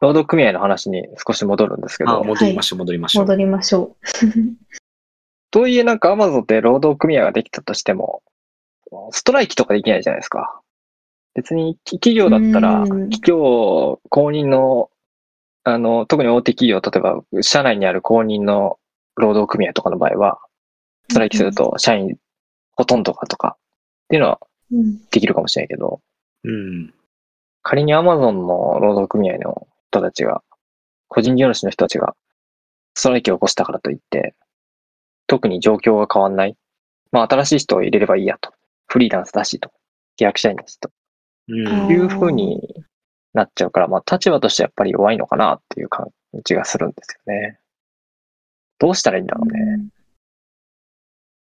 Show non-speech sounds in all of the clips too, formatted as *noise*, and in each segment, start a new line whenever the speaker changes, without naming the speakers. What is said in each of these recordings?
労働組合の話に少し戻るんですけ
あ
ど、
戻りましょう、戻りましょう。
戻りましょ
とはいえなんか Amazon って労働組合ができたとしても、ストライキとかできないじゃないですか。別にき企業だったら、
うん
企業公認の、あの、特に大手企業、例えば社内にある公認の労働組合とかの場合は、ストライキすると社員ほとんどがとかっていうのは
う。うん
できるかもしれないけど、
うん。
仮に Amazon の労働組合の人たちが、個人業主の人たちが、ストライキを起こしたからといって、特に状況が変わんない。まあ、新しい人を入れればいいやと。フリーランスだしと。契約社員だしと。
うん。
あー
いうふうになっちゃうから、まあ、立場としてやっぱり弱いのかなっていう感じがするんですよね。どうしたらいいんだろうね。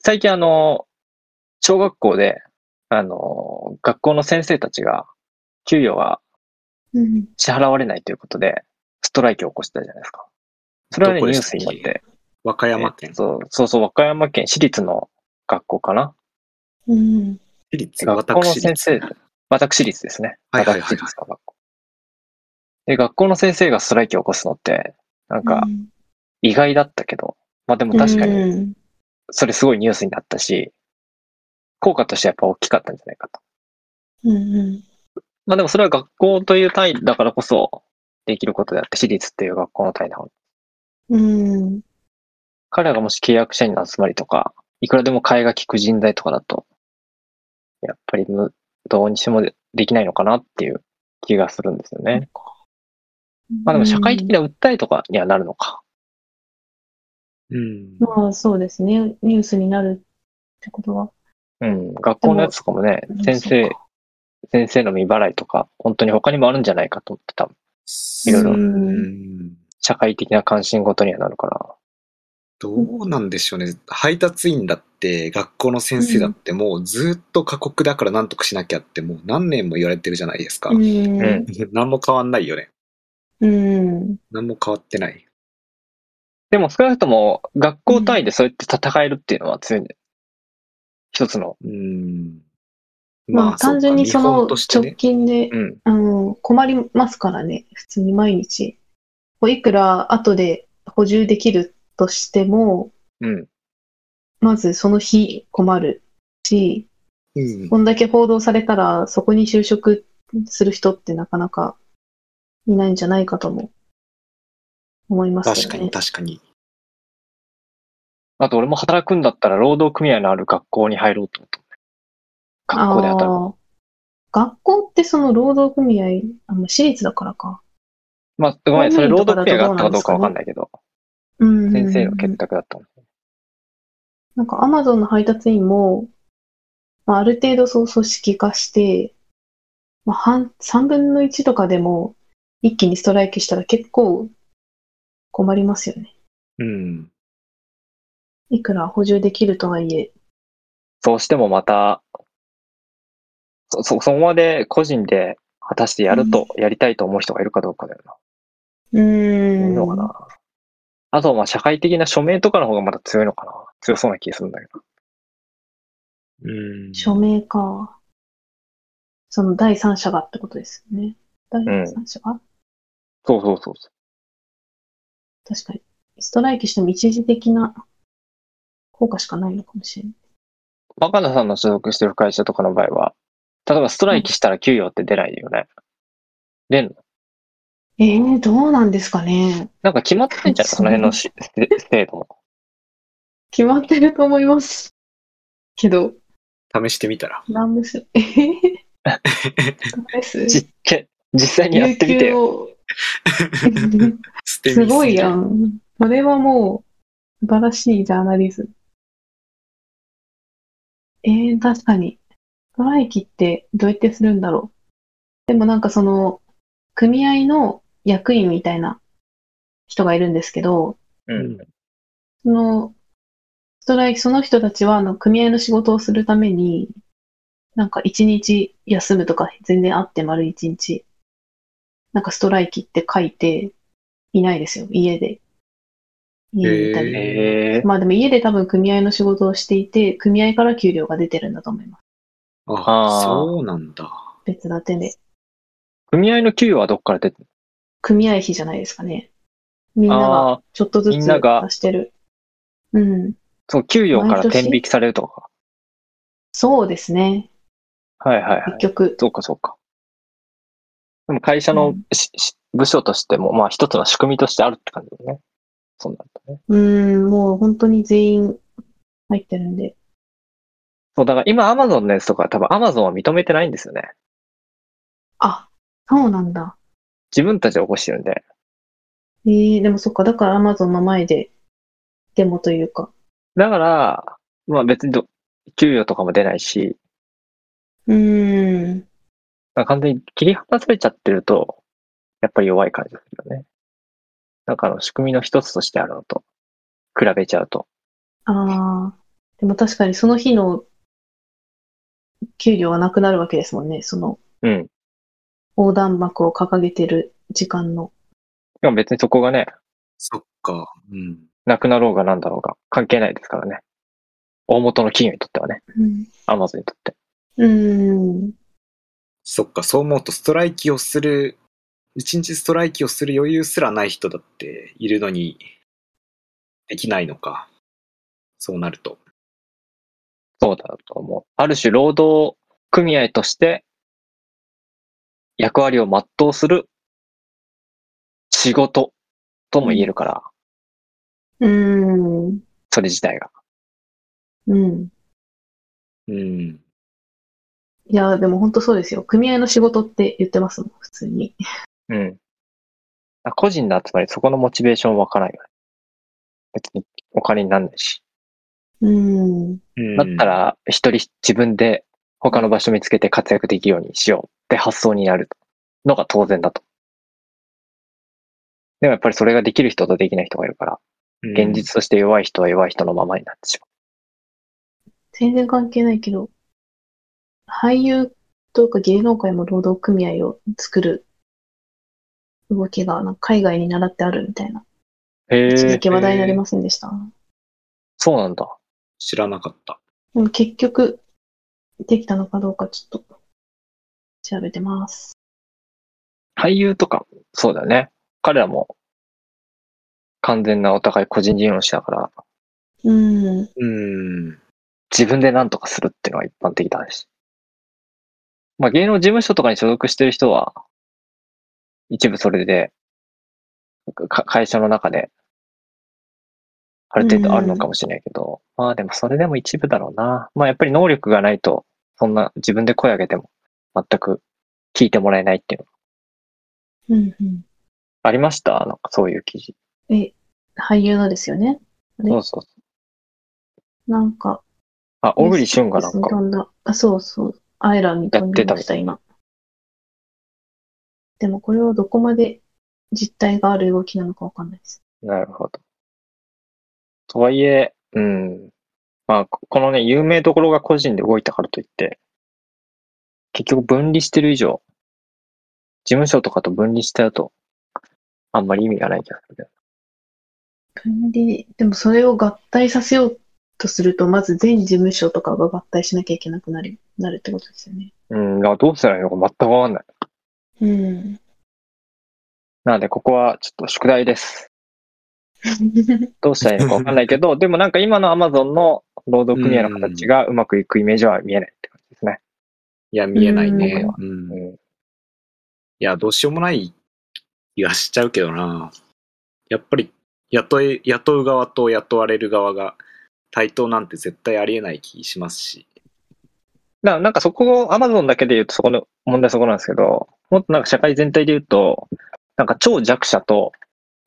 最近あの、小学校で、あの、学校の先生たちが、給与が
うん
支払われないということで、ストライキを起こしたじゃないですか。それはね、
どこ
ニュ
で
ー
し
ス
たっけ
になって。
和歌山県。
そうそうそう、和歌山県私立の学校かな。
うん
私立、
学校の
私
先
立。
生、私立ですね。
はいはいはいはい
私立の学校。で、学校の先生がストライキを起こすのって、なんか意外だったけど、まあでも確かに、
に。
それすごいニュースになったし、効果としてやっぱ大きかったんじゃないかと。
うんうん
まあでもそれは学校という単位だからこそできることであって、私立っていう学校の単位だから
うん
彼らがもし契約社員の集まりとか、いくらでも替えが利く人材とかだと、やっぱりむどうにしてもでできないのかなっていう気がするんですよね。まあでも社会的な訴えとかにはなるのか。
うん。
まあそうですね。ニュースになるってことは。
うん。学校のやつとかもね、先生、先生の未払いとか、本当に他にもあるんじゃないかと思ってた。いろいろ
うん
社会的な関心事にはなるから。
どうなんでしょうね。配達員だって、学校の先生だって、もうずっと過酷だから何とかしなきゃって、もう何年も言われてるじゃないですか。
うん
うん
*laughs* 何も変わんないよね。
うん
何も変わってない。
でも少なくとも学校単位でそうやって戦えるっていうのは強いんだよ。一つの。
うん。
まあ単純に
そ
そ
うか見
の
本として
直
ね。
近で
うん。
あの困りますからね。普通に毎日。こういくら後で補充できるとしても、
うん。
まずその日困るし、
うん
こんだけ報道されたらそこに就職する人ってなかなかいないんじゃないかとも思いますよね。
確かに確かに。
あと俺も働くんだったら労働組合のある学校に入ろうと思った。学校で働く。
あー学校ってその労働組合、あの私立だからか。
まあ、ごめん、それ労
公務員と
働組合があったか
かだと
どうかわかんないけど、
うんうんうん
先生の結託だったの。
なんかアマゾンの配達員も、まあ、ある程度そう組織化して、まあ、半3分の1とかでも一気にストライキしたら結構困りますよね。
うん。
いくら補充できるとはいえ。
どうしてもまた、そ、そ、そこまで個人で果たしてやると、やりたいと思う人がいるかどうかだよな。
う
い
ー
るのかな。あとはまあ社会的な署名とかの方がまだ強いのかな。強そうな気がするんだけど。
うん。
署名か。その第三者がってことですよね。第三者が、
そうそうそうそ
確かに。ストライキしても一時的な効果しかないのかもしれない。
う。若菜さんの所属してる会社とかの場合は、例えばストライキしたら給与って出ないよね。出んの
えー、どうなんですかね。
なんか決まってんじゃん、その辺のしせ制度も。
決まってると思います。けど、
試してみたら。
なんですよ。
*laughs*
えへへ試す
実験、実際にやってみてよ。
有給を
す
すごいや
ん。
ん。それはもう、素晴らしいジャーナリズム。えー、確かに。ストライキってどうやってするんだろう。でもなんかその、組合の役員みたいな人がいるんですけど、
う
うん
ん。。
その、ストライキ、その人たちはあの組合の仕事をするために、なんか一日休むとか全然あって丸一日、なんかストライキって書いていないですよ、家で。家にいたり。
へえ。
まあでも家で多分組合の仕事をしていて、組合から給料が出てるんだと思います。
あ
あー
そうなんだ。
別立てで。
組合の給与はどっから出てる
組合費じゃないですかね。みんな
あ
が
あー、
ちょっとず
み
つ
んなが
出してる。うん。
そう、給与から
毎年
転引きされるとか。
そうですね。
はいはいは
結
い。
局。
そうかそうか。でも会社
う
の
ん
し、し部署としても、まあ一つの仕組みとしてあるって感じだね。そうなるとね。
うん、もう本当に全員入ってるんで。
そう、だから今アマゾンのやつとか多分アマゾンは認めてないんですよね。
あ、そうなんだ。
自分たちで起こしてるんで。
えー、でもそっか、だから Amazon の前でデモというか。
だから、まあ別にど、給与とかも出ないし、
うーん。
なんか完全に切り離されちゃってると、やっぱり弱い感じするよね。なんかあの仕組みの一つとしてあるのと、比べちゃうと。
ああ。でも確かにその日の給料はなくなるわけですもんね。その
うん。
横断幕を掲げてる時間の。
でも別にそこがね、
そっか。うん。
なくなろうがなんだろうが関係ないですからね。大元の企業にとってはね、
うん。
アマゾンにとって。
うーん。
そっか、そう思うとストライキをする、一日ストライキをする余裕すらない人だっているのに、できないのか。そうなると。
そうだと思う。ある種労働組合として役割を全うする仕事とも言えるから、
うーん。
それ自体が。
うん。
うん。
いや、でも本当そうですよ。組合の仕事って言ってますもん、普通に。
うん。あ個人の集まり、そこのモチベーションわからないよね。別にお金になんないし。
うーん。
だった、ら、一人自分で他の場所見つけて活躍できるようにしようって発想になるのが当然だと。でもやっぱりそれができる人とできない人がいるから、
うん
現実として弱い人は弱い人のままになってしま
全然関係ないけど、俳優とか芸能界も労働組合を作る動きがなんか海外に習ってあるみたいな。
う。へ
一
え
時、期話題になりませんでした。
そうなんだ。
知らなかった。
でも結局、できたのかどうかちょっと調べてます。
俳優とか、そうだよね。彼らも完全なお互い個人事業主だから、
うん。
うん。
自分で何とかするっていうのが一般的だし。まあ芸能事務所とかに所属してる人は、一部それで、か会社の中で、ある程度あるのかもしれないけど、まあでもそれでも一部だろうな。まあやっぱり能力がないと、そんな自分で声上げても全く聞いてもらえないっていうの
うん、うん。
ありましたなんかそういう記事。
え、俳優のですよね。ね
そうそうそう。
なんか、
あ、小栗旬がなんか
飛んだ。あ、そうそう。アイラに飛んでました、今。でもこれはどこまで実態がある動きなのかわかんないです。
なるほど。とはいえ、うん。まあ、ここのね、有名どころが個人で動いたからといって、結局分離してる以上、事務所とかと分離しちゃうと、あんまり意味がない気がするけど。
管理、でもそれを合体させようとすると、まず全事務所とかが合体しなきゃいけなくなる、なるってことですよね。
うん、だからどうしたらいいのか全くわかんない。
うん。
なので、ここはちょっと宿題です。どうしたらいいのかわかんないけど、でもなんか今の Amazon の労働組合の形がうまくいくイメージは見えないって感じですね。
いや、見えないね。
う
うん
う
い
ん。
や、どうしようもない気がしちゃうけどな。やっぱり、雇え、雇う側と雇われる側が対等なんて絶対ありえない気しますし。
だからなんかそこを Amazon だけで言うとそこの問題はそこなんですけど、もっとなんか社会全体で言うと、なんか超弱者と、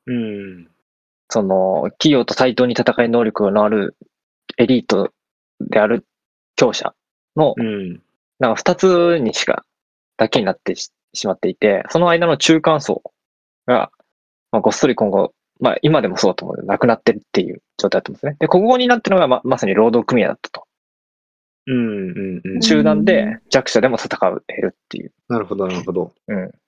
うん。
その企業と対等に戦い能力のあるエリートである強者の、
うん。
なんか二つにしか、だけになってししまっていて、その間の中間層が、まあ、ごっそり今後、まあ今でもそうだと思うけど、なくなってるっていう状態だと思うんですね。で、ここになってるのがままさに労働組合だったと。
うん。うん。うん。
集団
うん
で弱者でも戦う、減るっていう。
なるほど、なるほど。
うん。だか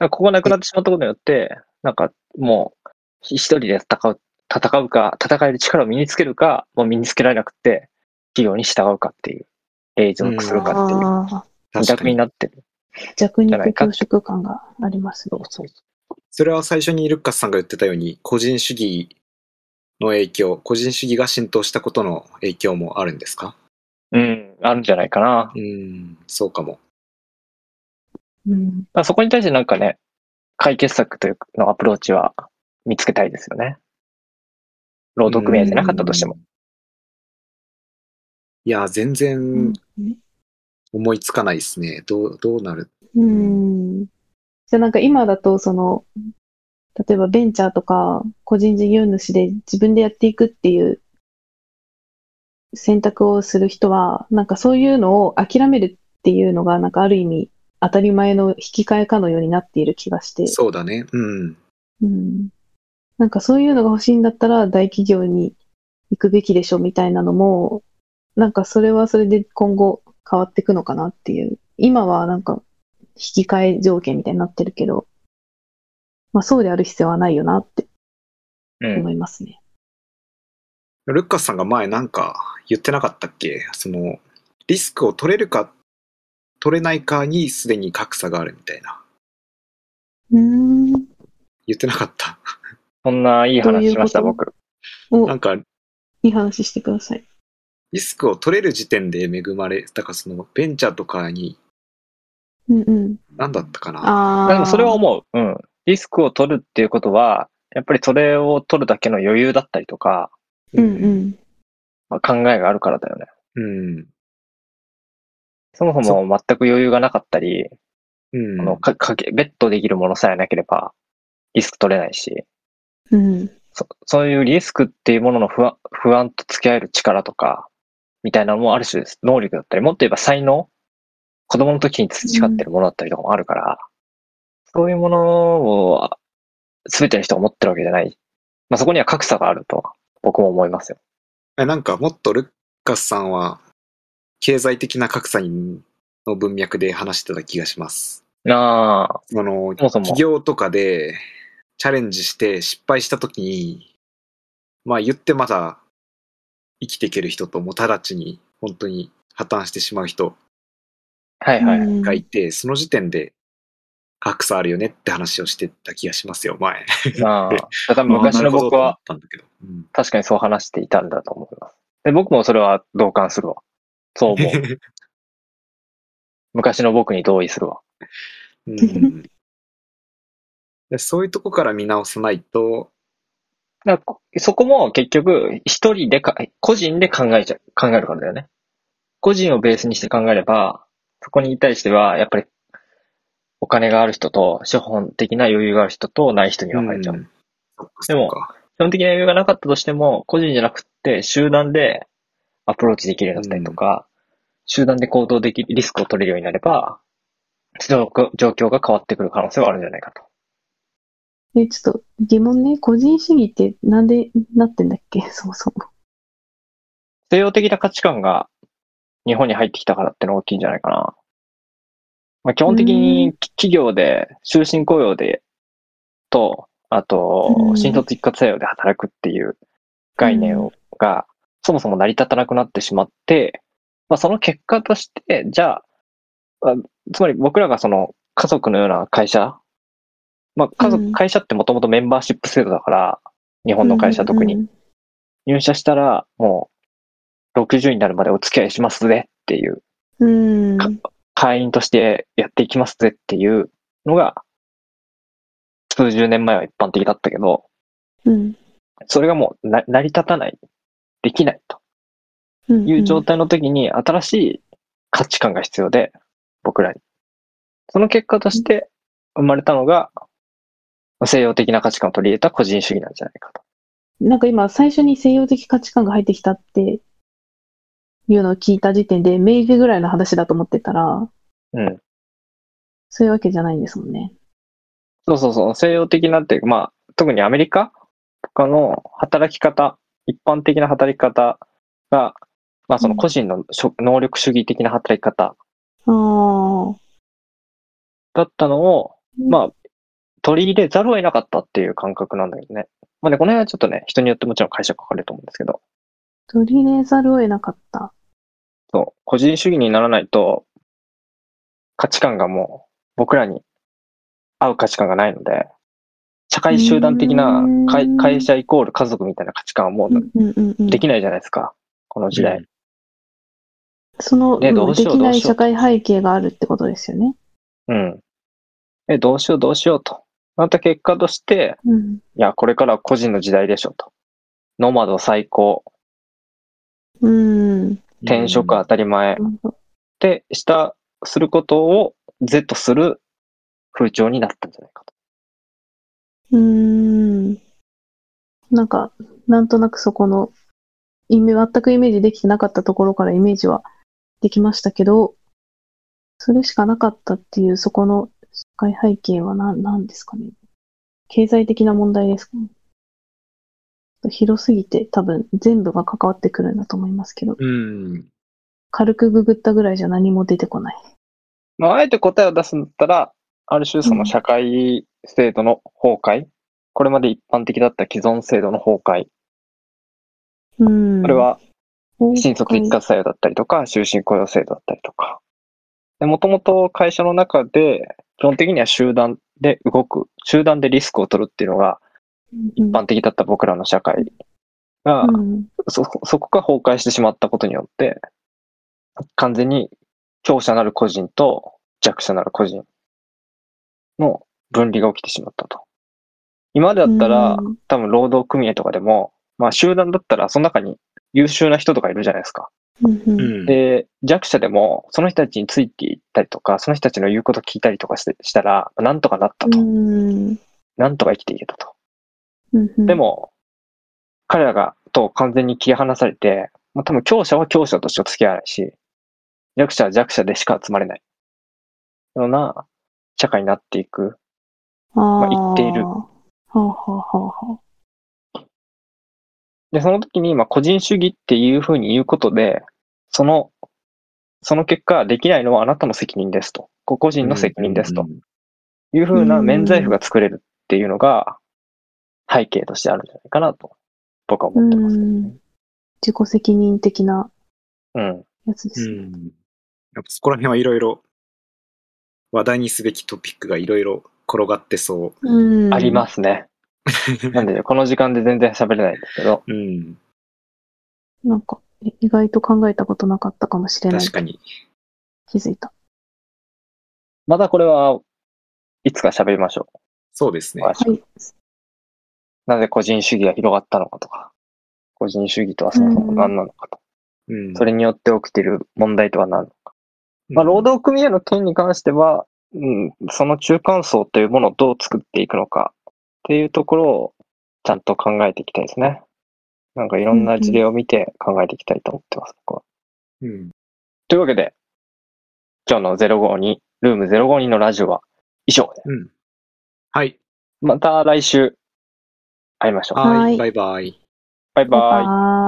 らここがなくなってしまったことによって、なんかもう、ひ一人で戦う、戦うか、戦える力を身につけるか、もう身につけられなくて、企業に従うかっていう、隷属するかっていう、
ああ、
二
確
択
か
に
に。
なってる。
弱
じゃない
肉
か
強食感があります
そ
ね
う。そうそう。
それは最初にルッカスさんが言ってたように、個人主義の影響、個人主義が浸透したことの影響もあるんですか
うん、あるんじゃないかな。
うん、そうかも。
うん。
まあ、そこに対してなんかね、解決策というのアプローチは見つけたいですよね。労働組合じゃなかったとしても。
うん。いや、全然思いつかないですね。どう、どうなる
うん。じゃあなんか今だと、その、例えばベンチャーとか個人事業主で自分でやっていくっていう選択をする人は、なんかそういうのを諦めるっていうのが、なんかある意味当たり前の引き換えかのようになっている気がして、
そうだね。うん。
うん。なんかそういうのが欲しいんだったら大企業に行くべきでしょみたいなのも、なんかそれはそれで今後変わっていくのかなっていう。今はなんか引き換え条件みたいになってるけど、まあそうである必要はないよなって
うん
思。いますね。
ルッカスさんが前なんか言ってなかったっけその、リスクを取れるか、取れないかにすでに格差があるみたいな。
うん。
言ってなかった。
そんないい話しました、
どういう
僕。
な
お、
んか、
いい話してください。
リスクを取れる時点で恵まれ、だからその、ベンチャーとかに、
うんうん。
何だったかな
ああ。
でもそれは思う。うん。リスクを取るっていうことは、やっぱりそれを取るだけの余裕だったりとか、
うんうん。
まあ、考えがあるからだよね。
うん。
そもそも全く余裕がなかったり、
うん。
あのかかけ、ベッドできるものさえなければ、リスク取れないし、
うん。
そそういうリスクっていうものの不安不安と付き合える力とか、みたいなのもある種です能力だったり、もっと言えば才能子供の時に培ってるものだったりとかもあるから、そういうものを全ての人が持ってるわけじゃない。まあそこには格差があると僕も思いますよ。
えなんかもっとルッカスさんは経済的な格差にの文脈で話してた気がします。
なあ、
その
そもそも
企業とかでチャレンジして失敗した時に、まあ言ってまだ生きていける人ともう直ちに本当に破綻してしまう人
はいはい。
うん
がいて、その時点で格差あるよねって話をしてた気がしますよ、前。
まあ、だから昔の僕は、
まあなるほどと思ったんだけど。うん
確かにそう話していたんだと思います。で、僕もそれは同感するわ。そう思う。
*laughs*
昔の僕に同意するわ。
うん *laughs* でそういうとこから見直さないと、
だからこそこも結局、一人でか、個人で考えちゃう、考えるからだよね。個人をベースにして考えれば、そこに対しては、やっぱり、お金がある人と、資本的な余裕がある人と、ない人に分かれちゃう。
うんそっか
でも
そっか
基本的な余裕がなかったとしても、個人じゃなくって、集団でアプローチできるようになったりとか、集団で行動できる、リスクを取れるようになれば、状況状況が変わってくる可能性はあるんじゃないかと。
え、ちょっと疑問ね。個人主義ってなんでなってんだっけそもそも。
西洋的な価値観が日本に入ってきたからってのが大きいんじゃないかな。まあ、基本的
う
にき企業で、終身雇用で、と、あ
う
と、
ん
新卒一括採用で働くっていう概念をが、そもそも成り立たなくなってしまって、まあ、その結果として、じゃあ、あつまり僕らがその家族のような会社、まあ、家
う
族、
ん
会社ってもともとメンバーシップ制度だから、日本の会社特に。
うん
入社したら、もう、60になるまでお付き合いしますぜっていう、
うん。うん。
会員としてやっていきますぜっていうのが、数十年前は一般的だったけど、
うん
それがもうな成り立たない、できないと
うん
いう状態の時に、新しい価値観が必要で、僕らに。その結果として生まれたのが、西洋的な価値観を取り入れた個人主義なんじゃないかと。
なんか今、最初に西洋的価値観が入ってきたっていうのを聞いた時点で、明治ぐらいの話だと思ってたら、
うん。
そういうわけじゃないんですもんね。
そうそうそう、西洋的なっていうか、まあ、特にアメリカとかの働き方、一般的な働き方が、まあその個人のしょ能力主義的な働き方
ああ。
だったのを、まあ、取り入れざるを得なかったっていう感覚なんだけどね。まあね、この辺はちょっとね、人によってもちろん解釈分かれると思うんですけど、
取り入れざるを得なかった。
そう、個人主義にならないと、価値観がもう、僕らに合う価値観がないので、社会集団的な
うん
会会社イコール家族みたいな価値観はもう
うんうんうん
できないじゃないですか。この時代。
その、
ね
うん
どうし
で
よう
きな
どう
い
しよう
社会背景があるってことですよね。
うん。え、どうしようどうしようと。なった結果として、
うん。
いや、これからは個人の時代でしょと。ノマド最高。
うん。
転職当たり前。ってした、することを是とする風潮になったんじゃないかと。
うん。なんか、なんとなくそこの、イメ全くイメージできてなかったところからイメージはできましたけど、それしかなかったっていう、そこの社会背景は何、何ですかね。経済的な問題ですかね。広すぎて多分全部が関わってくるんだと思いますけど、
うん。
軽くググったぐらいじゃ何も出てこない。
まあ、あえて答えを出すんだったら、ある種その社会制度の崩壊、これまで一般的だった既存制度の崩壊、
うん。
これは新卒一
か
括採用だったりとか、終身雇用制度だったりとか。もともと会社の中で、基本的には集団で動く、集団でリスクを取るっていうのが
一
一般的だった僕らの社会が、
うん
そこそこが崩壊してしまったことによって、完全に強者なる個人と弱者なる個人の分離が起きてしまったと。今までだったら、
うん
多分労働組合とかでも、まあ集団だったらその中に優秀な人とかいるじゃないですか。
うんうん
うん。
で、弱者でもその人たちについていったりとか、その人たちの言うこと聞いたりとかしてしたら、なんとかなったと。
うん
なんとか生きていけたと。
うん
でも、彼らがと完全に切り離されて、まあ、多分強者は強者として付き合わないし、弱者は弱者でしか集まれない。ような社会になっていく。
ま
あ言っている
はあはあはあはあ
で、その時に、まあ、個人主義っていうふうに言うことで、その、その結果、できないのはあなたの責任ですと。個々人の責任ですと
うん。
いうふうな免罪符が作れるっていうのが、背景としてあるんじゃないかなと、僕は思ってますけどね。
自己責任的な
うん。
やつで
う
す。
ん。やっぱそこら辺はいろいろ、話題にすべきトピックがいろいろ転がってそ
うん
あります *laughs* ね。なんで、この時間で全然喋れないんですけど、
う。うん。
す。なんか、え意外と考えたことなかったかもしれない
確。かに。
気づいた。
またこれはいつか喋りましょ
そうです
う。
ね。
はい。
なぜ個人主義が広がったのかとか、個人主義とはそもそも何なのかと、
うん。
それによって起きている問題とは何なのか。まあ、労働組合の件に関しては、うん、その中間層というものをどう作っていくのかっていうところをちゃんと考えていきたいですね。なんかいろんな事例を見て考えていきたいと思ってます、僕は。
うん。
というわけで、今日の052、ルーム052のラジオは以上で、
うん。はい。
また来週会いましょう。
は。
はいい
バイバイ。
バイバイ。
イ。